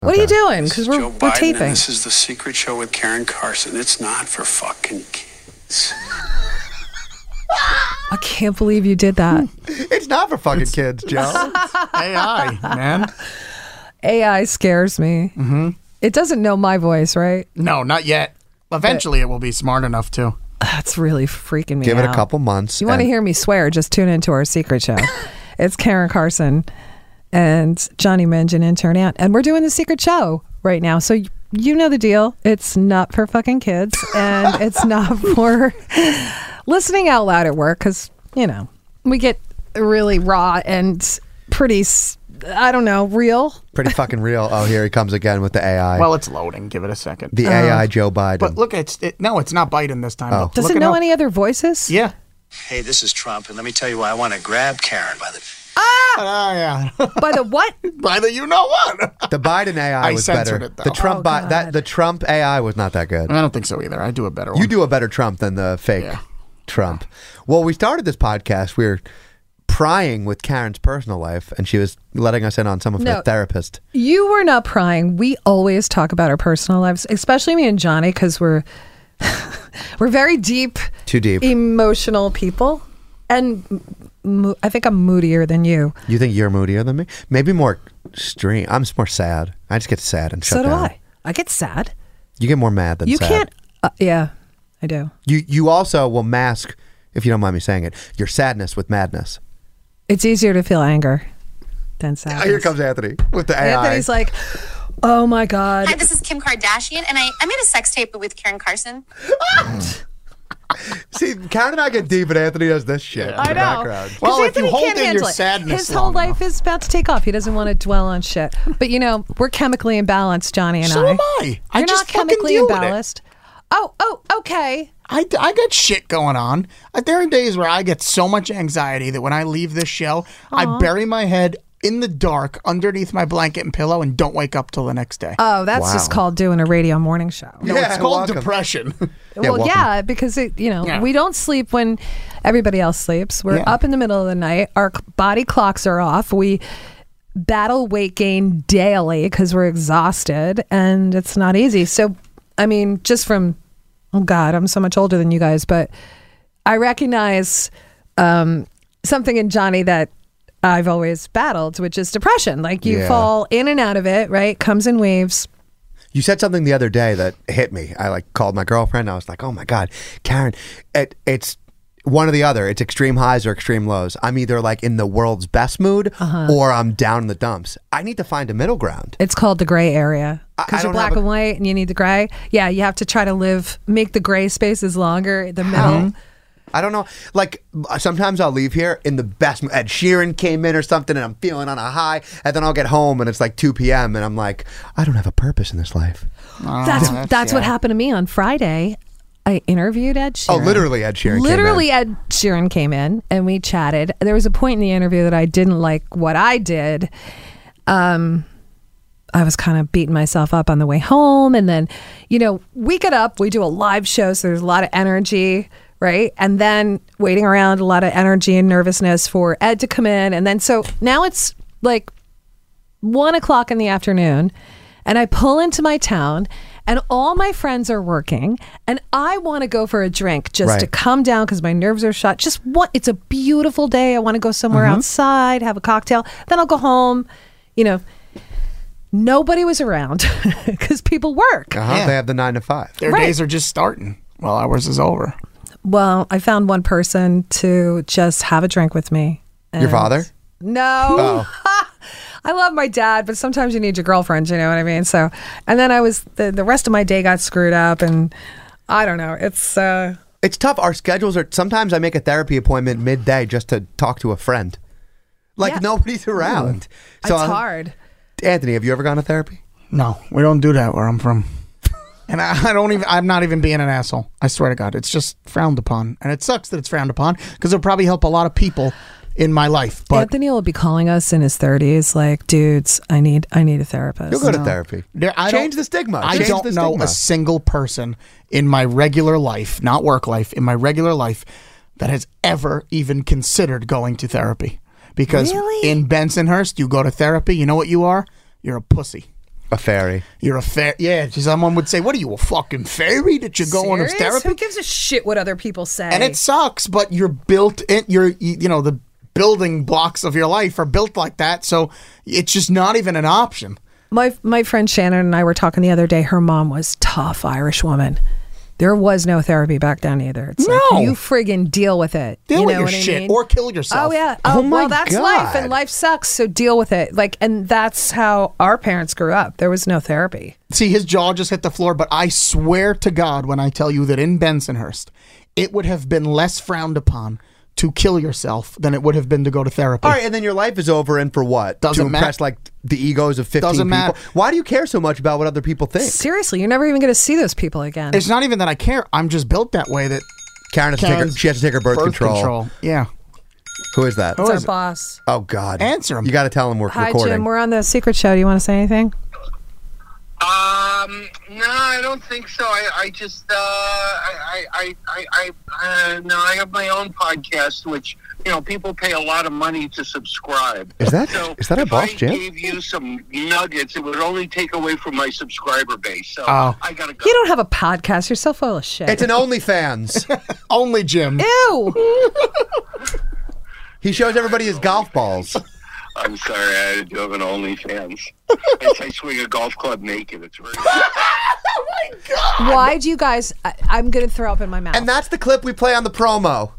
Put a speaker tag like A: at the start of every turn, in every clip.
A: What are you doing? Because
B: This is
A: we're,
B: Joe
A: we're
B: Biden,
A: taping.
B: And this is the secret show with Karen Carson. It's not for fucking kids.
A: I can't believe you did that.
C: It's not for fucking kids, Joe. It's AI, man.
A: AI scares me. Mm-hmm. It doesn't know my voice, right?
C: No, not yet. Eventually, it will be smart enough to.
A: That's really freaking me
C: Give
A: out.
C: it a couple months.
A: You want to
C: and-
A: hear me swear? Just tune into our secret show. it's Karen Carson and Johnny Minge and Intern Ant. And we're doing the secret show right now. So y- you know the deal. It's not for fucking kids and it's not for listening out loud at work because, you know, we get really raw and pretty, s- I don't know, real.
C: Pretty fucking real. Oh, here he comes again with the AI.
D: Well, it's loading. Give it a second.
A: uh,
C: the AI Joe Biden.
D: but look, it's it, no, it's not Biden this time.
C: Oh.
D: Look-
A: Does
D: look
A: it know
D: up.
A: any other voices?
D: Yeah.
B: Hey, this is Trump, and let me tell you why I want to grab Karen by the.
D: Oh, yeah.
A: By the what?
D: By the you know what?
C: the Biden AI
D: I
C: was
D: censored
C: better.
D: it, though.
C: The Trump
A: Oh,
C: bi- that
A: God.
C: the Trump AI was not that good.
D: I don't think so either. I do a better one.
C: You do a better Trump than the fake
D: Yeah.
C: Trump. Well, we started this podcast. We were prying with Karen's personal life, and she was letting us in on some of
A: No.
C: her therapist.
A: You were not prying. We always talk about our personal lives, especially me and Johnny, because we're we're very deep,
C: Too deep.
A: emotional people, and m- mo- I think I'm moodier than you.
C: You think you're moodier than me? Maybe more extreme. I'm just more sad. I just get sad and shut
A: so do
C: down.
A: I. I get sad.
C: You get more mad than
A: you
C: sad.
A: can't. Uh, yeah, I do.
C: You you also will mask, if you don't mind me saying it, your sadness with madness.
A: It's easier to feel anger
D: Oh,
A: than sad.
C: Here comes Anthony with the AI.
A: Anthony's like, oh my god.
E: Hi, this is Kim Kardashian, and I, I made a sex tape with Karen Carson.
C: See, Karen and I get deep, and Anthony does this shit. in
A: I
C: the
A: know.
C: background.
A: 'Cause
D: Well, if you
A: Anthony
D: hold
A: can't
D: in your
A: handle it.
D: sadness
A: his whole
D: long
A: life is about to take off. He doesn't want to dwell on shit. But you know, we're chemically imbalanced, Johnny and
D: So
A: I.
D: am I. I
A: You're
D: just
A: not
D: fucking
A: chemically
D: deal with it.
A: imbalanced. Oh, oh, okay.
D: I, I got shit going on. Uh, There are days where I get so much anxiety that when I leave this show, I bury my head in the dark underneath my blanket and pillow and don't wake up till the next day.
A: Oh, that's just
C: Wow.
A: called doing a radio morning show.
D: no,
C: Yeah,
D: it's called
C: welcome.
D: depression.
C: Yeah,
A: well,
C: welcome.
A: yeah, because it, you know,
D: Yeah.
A: we don't sleep when everybody else sleeps. We're
D: Yeah.
A: up in the middle of the night. Our c- body clocks are off. We battle weight gain daily because we're exhausted, and it's not easy. So, I mean, just from oh god, I'm so much older than you guys, but I recognize um, something in Johnny that I've always battled, which is depression. Like you
C: Yeah.
A: fall in and out of it, right? Comes in waves.
C: You said something the other day that hit me. I like called my girlfriend. I was like, "Oh my god, Karen, it, it's one or the other. It's extreme highs or extreme lows. I'm either like in the world's best mood
A: Uh-huh.
C: or I'm down in the dumps. I need to find a middle ground."
A: It's called the gray area
C: I- I
A: because you're
C: don't have
A: black
C: a-
A: and white and you need the gray. Yeah, you have to try to live, make the gray spaces longer, the middle.
C: Oh. I don't know. Like sometimes I'll leave here in the best. Ed Sheeran came in or something, and I'm feeling on a high, and then I'll get home and it's like 2 p.m. and I'm like, I don't have a purpose in this life. Ah,
A: that's that's, what happened to me on Friday. I interviewed Ed Sheeran.
C: Oh, literally, Ed Sheeran.
A: Literally,
C: came
A: Ed Sheeran came in and we chatted. There was a point in the interview that I didn't like what I did. Um, I was kind of beating myself up on the way home. And then, you know, we get up, we do a live show. So there's a lot of energy, right? And then waiting around, a lot of energy and nervousness for Ed to come in. And then, so now it's like one o'clock in the afternoon and I pull into my town and all my friends are working and I want to go for a drink just to
C: Right.
A: calm down because my nerves are shot. Just
C: Mm-hmm.
A: what it's a beautiful day. I want to go somewhere outside, have a cocktail, then I'll go home, you know, nobody was around because people work.
C: Uh-huh.
D: Yeah.
C: They have the nine to five.
D: Their
A: Right.
D: days are just starting. Well, ours is over.
A: Well, I found one person to just have a drink with me.
C: Your
A: and-
C: father?
A: No.
C: Oh.
A: I love my dad, but sometimes you need your girlfriend, you know what I mean? So, and then I was, the, the rest of my day got screwed up, and I don't know. It's, uh,
C: It's tough. Our schedules are. Sometimes I make a therapy appointment midday just to talk to a friend. Like
A: Yeah.
C: nobody's around. So um,
A: it's
C: I'm-
A: hard.
C: Anthony, have you ever gone to therapy?
D: No, we don't do that where I'm from. And I, I don't even, I'm not even being an asshole. I swear to God. It's just frowned upon. And it sucks that it's frowned upon because it'll probably help a lot of people in my life. But
A: Anthony will be calling us in his 30s, like, dudes, I need, I need a therapist.
C: You'll go to therapy.
D: there, I
C: Change
D: don't-
C: the stigma.
D: I
C: Change
D: don't
C: the
D: know
C: stigma.
D: a single person in my regular life, not work life, in my regular life that has ever even considered going to therapy. Because in Bensonhurst, you go to therapy, you know what you are? You're a pussy.
C: A fairy.
D: You're a fair. Yeah, someone would say, "What are you, a fucking fairy that you're going to
A: Serious?
D: therapy?"
A: Who gives a shit what other people say?
D: and it sucks, but you're built in you're you you know the building blocks of your life are built like that, so it's just not even an option.
A: My my friend Shannon and I were talking the other day. Her mom was tough Irish woman. There was no therapy back then either. It's
D: No.
A: like you friggin' deal with it.
D: Deal
A: you
D: with
A: know
D: your
A: what I
D: shit
A: mean?
D: or kill yourself.
A: Oh yeah.
C: Oh,
A: Oh,
C: my
A: well, that's life
C: God.
A: and life sucks. So deal with it. Like, and that's how our parents grew up. There was no therapy.
D: See, his jaw just hit the floor, but I swear to God when I tell you that in Bensonhurst, it would have been less frowned upon to kill yourself than it would have been to go to therapy.
C: All right, and then your life is over, and for what?
D: Doesn't
C: to impress
D: matter.
C: like the egos of fifteen
D: Doesn't
C: people.
D: matter.
C: Why do you care so much about what other people think?
A: Seriously, you're never even going to see those people again.
D: It's not even that I care. I'm just built that way that
C: Karen has to take her,
D: Karen's
C: she has to take her birth, control.
D: Yeah.
C: Who is that?
A: it's our
D: is it?
A: boss.
C: Oh God!
D: Answer 'em.
C: You got to tell him we're
A: Hi,
C: recording.
A: Jim. We're on the secret show. Do you want to say anything?
F: Um, no, I don't think so. I, I just, uh, I, I, I, I, I uh, no, I have my own podcast, which you know people pay a lot of money to subscribe.
C: Is that-
F: so
C: is that our
F: if
C: boss,
F: I
C: Jim?
F: gave you some nuggets, it would only take away from my subscriber base. So
D: Oh.
F: I gotta go.
A: You don't have a podcast. You're so full of shit.
C: it's an OnlyFans.
D: Only Jim.
A: Ew.
C: he shows everybody his golf balls.
F: I'm sorry, I do have an OnlyFans. I, I swing a golf club naked. It's very.
A: Why do you guys? I, I'm going to throw up in my mouth.
C: And that's the clip we play on the promo.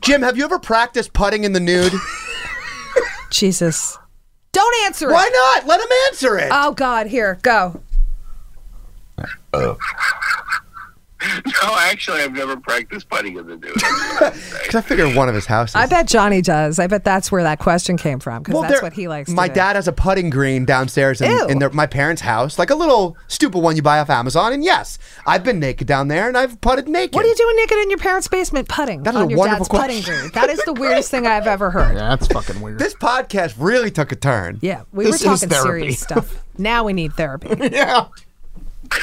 C: Jim, have you ever practiced putting in the nude?
A: Jesus. Don't answer it.
C: Why not? Let him answer it.
D: Uh,
A: Oh God, here, go.
F: No, actually, I've never practiced putting in the nude.
C: 'Cause I figure one of his houses.
A: I bet Johnny does. I bet that's where that question came from because that's
C: there-
A: what he likes.
C: My
A: to do.
C: dad has a putting green downstairs in,
A: Ew.
C: in their, my parents' house, like a little stupid one you buy off Amazon. And yes, I've been naked down there, and I've putted naked.
A: What are you doing naked in your parents' basement putting
C: That is
A: on
C: a
A: your
C: wonderful
A: dad's putting
C: question.
A: green? That is the weirdest thing I've ever heard.
D: That's fucking weird.
C: This podcast really took a turn.
A: Yeah, we
D: This is
A: were talking
D: therapy.
A: serious stuff. Now we need therapy.
D: yeah.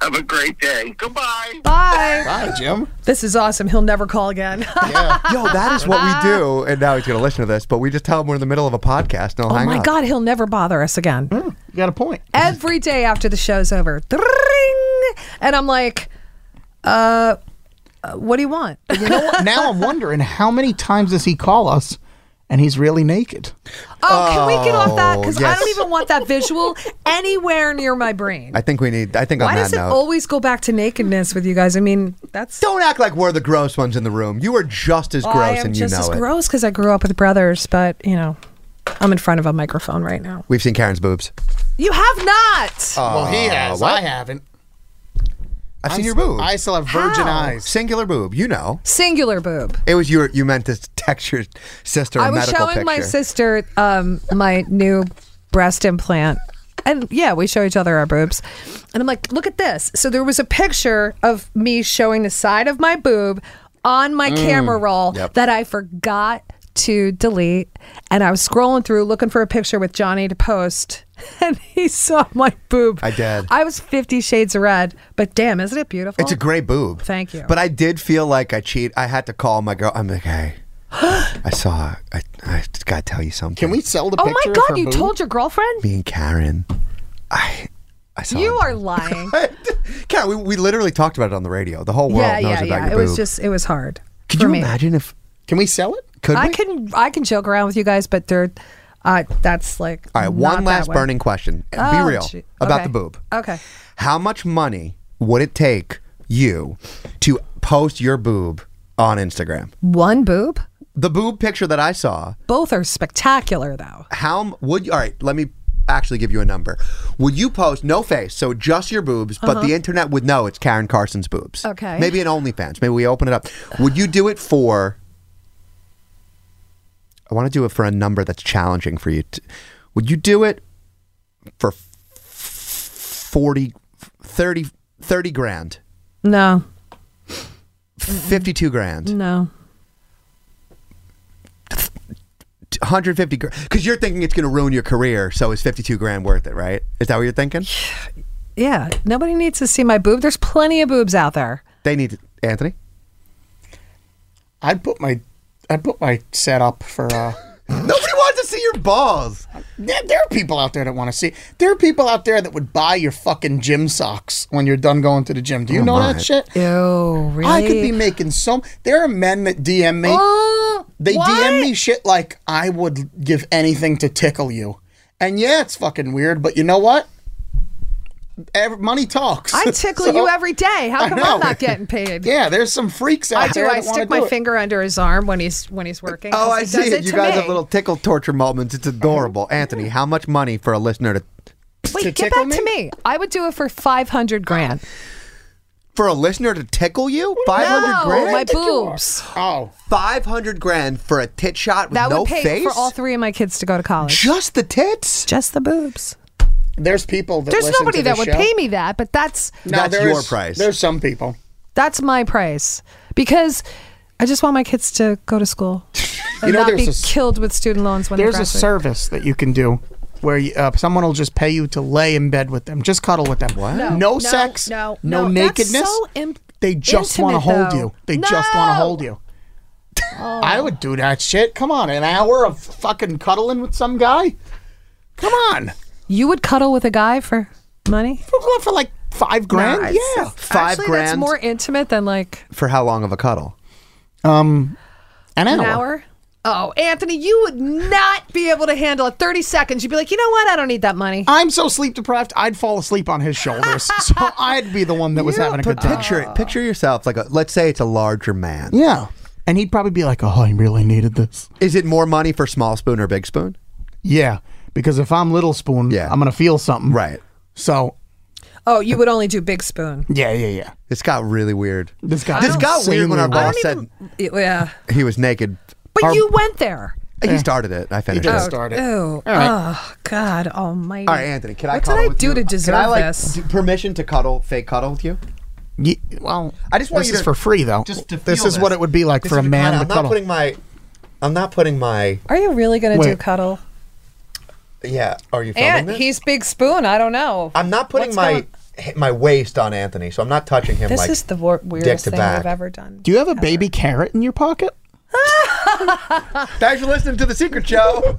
F: have a great day. Goodbye.
A: Bye.
D: Hi, Jim.
A: This is awesome. He'll never call again.
C: Yo, that is what we do. And now he's going to listen to this, but we just tell him we're in the middle of a podcast and he'll
A: oh
C: hang
A: my
C: up.
A: God, he'll never bother us again.
C: Hmm.
D: You got a point.
A: Every day after the show's over, Dring! and I'm like, uh, uh, what do you want?
D: You know what? Now I'm wondering how many times does he call us and he's really naked?
A: Oh, can we get off that? Because I
C: yes.
A: don't even want that visual anywhere near my brain.
C: I think we need, I think
A: Why
C: on that
A: does it
C: note.
A: always go back to nakedness with you guys? I mean, that's
C: don't act like we're the gross ones in the room. You are just as gross
A: Oh, I am
C: and you
A: just
C: know
A: as
C: it.
A: gross because I grew up with brothers, but you know, I'm in front of a microphone right now.
C: We've seen Karen's boobs.
A: You have not.
C: Oh.
D: well, he has. I haven't.
C: I've seen your boobs.
D: I still have virgin
A: How?
D: eyes.
C: Singular boob, you know.
A: Singular boob.
C: It was your you meant to text your sister a
A: I was
C: medical
A: showing
C: picture.
A: my sister um, my new breast implant. And yeah, we show each other our boobs. And I'm like, look at this. So there was a picture of me showing the side of my boob on my camera roll
C: Mm. Yep.
A: that I forgot to delete. And I was scrolling through looking for a picture with Johnny to post. And he saw my boob.
C: I did.
A: I was 50 shades of red, but damn, isn't it beautiful?
C: It's a great boob.
A: Oh. Thank you.
C: But I did feel like I cheat. I had to call my girl. I'm like, hey, I saw. I I just gotta tell you something.
D: Can we sell the
A: Oh
D: picture?
A: my
D: of her
A: God, you
D: boob?
A: told your girlfriend?
C: Me and Karen. I I saw.
A: You
C: it.
A: are lying.
C: Karen. We, we literally talked about it on the radio. The whole world knows about your
A: It
C: boob.
A: was just, it was hard.
C: Could
A: for
C: you
A: me.
C: imagine if
D: Can we sell it?
C: Could
A: I
C: we?
A: can I can joke around with you guys, but they're uh, that's like
C: All right,
A: not
C: one
A: that
C: last
A: way.
C: burning question. And
A: Oh,
C: Be real
A: gee.
C: about
A: Okay.
C: the boob.
A: Okay.
C: How much money would it take you to post your boob on Instagram?
A: One boob.
C: The boob picture that I saw,
A: Both are spectacular though.
C: how m- would you, all right, let me actually give you a number. Would you post no face, so just your boobs, but the internet would know it's Karen Carson's boobs?
A: Okay.
C: Maybe an OnlyFans. Maybe we open it up. Would you do it for, I want to do it for a number that's challenging for you. To, would you do it for f- 40, 30, 30 grand,
A: No,
C: 52 grand?
A: no.
C: 150 grand because you're thinking it's going to ruin your career so is 52 grand worth it right is that what you're thinking
A: Yeah, nobody needs to see my boob. There's plenty of boobs out there.
C: they need to, anthony
D: I'd put my I'd put my set up for uh
C: nobody wants to see your balls
D: there, there are people out there that want to see. There are people out there that would buy your fucking gym socks when you're done going to the gym. Do you know
C: my.
D: that shit?
A: Ew, Oh, really?
D: I could be making so there are men that DM me.
A: Oh,
D: They
A: what?
D: DM me shit like I would give anything to tickle you. And yeah, it's fucking weird, but you know what? Every, money talks.
A: I tickle
D: So-
A: you every day. How
D: I
A: come
D: know.
A: I'm not getting paid?
D: Yeah, there's some freaks out
A: I do.
D: there.
A: I
D: that wanna
A: stick my
D: do it.
A: finger under his arm when he's when he's working.
C: oh i
A: He does
C: see it you
A: to
C: guys
A: me.
C: have little tickle torture moments it's adorable anthony how much money for a listener to
A: Wait,
D: to
A: get
D: tickle
A: back to me. I would do it for five hundred grand.
C: for a listener to tickle you 500
A: no,
C: grand
A: my boobs.
D: Oh,
C: 500 grand for a tit shot with
A: That
C: no
A: would pay
C: face
A: for all three of my kids to go to college.
C: just the tits
A: Just the boobs.
D: there's people that
A: There's
D: listen
A: nobody
D: to this
A: that would
D: show.
A: pay me that, but that's
D: No,
C: That's
D: there
C: your
D: is-
C: price.
D: There's some people.
A: that's my price because I just want my kids to go to school and
D: know,
A: not
D: there's
A: be
D: a s-
A: killed with student loans when
D: There's
A: they
D: a
A: graduate.
D: service that you can do where you, uh, someone will just pay you to lay in bed with them, just cuddle with them. What? No,
A: no,
D: sex,
A: no,
D: no,
A: no. That's
D: nakedness.
A: so im-
D: they just want to
A: intimate,
D: hold
A: though.
D: you. They just want to
A: No! Oh.
D: hold you. I would do that shit. Come on, an hour of fucking cuddling with some guy. Come on,
A: You would cuddle with a guy for money?
D: for, what, for like five grand.
A: Nah, it's-
D: yeah,
C: five
A: Actually,
C: grand
A: That's more intimate than like
C: for how long of a cuddle
D: an hour.
A: an hour. Oh, Anthony, you would not be able to handle it. 30 seconds. You'd be like, you know what? I don't need that money.
D: I'm so sleep deprived, I'd fall asleep on his shoulders. so I'd be the one that was having a good
C: but
D: time.
C: picture it picture yourself like a let's say it's a larger man
D: Yeah. And he'd probably be like, oh, I really needed this.
C: is it more money for small spoon or big spoon
D: Yeah. Because if I'm Little Spoon,
C: Yeah.
D: I'm going to feel something.
C: right
D: So,
A: Oh, you would only do Big Spoon.
D: yeah, yeah, yeah.
C: This got really weird.
D: This got,
C: This got weird when our boss said
A: Yeah.
C: he was naked.
A: But
C: Our-
A: you went there.
C: he started it. I finished
D: did
C: it.
D: start- Started.
A: Ew.
D: right.
A: Oh, God almighty.
C: All right, Anthony, can I
A: Mm. What did
C: cuddle
A: I
C: with
A: do
C: you?
A: to deserve
C: can I, like,
A: this?
C: do- permission to cuddle, fake cuddle with you?
D: well,
C: I just want
D: this
C: you
D: is
C: to-
D: for free, though.
C: Just to
D: this
C: feel
D: is what it would be like
C: This
D: for a
C: is the
D: man
C: kind of-
D: to
C: I'm
D: cuddle.
C: not putting my. I'm not putting my.
A: Are you really going to do
D: Wait.
A: cuddle?
C: Yeah. Are you filming
A: And
C: this?
A: he's Big Spoon. I don't know.
C: I'm not putting
A: What's
C: my
A: going-
C: my waist on Anthony, so I'm not touching him.
A: This
C: like,
A: is the wor- weirdest
C: to
A: thing
C: back.
A: we've ever done.
D: Do you have a baby carrot in your pocket?
C: Thanks for listening to the Secret Show.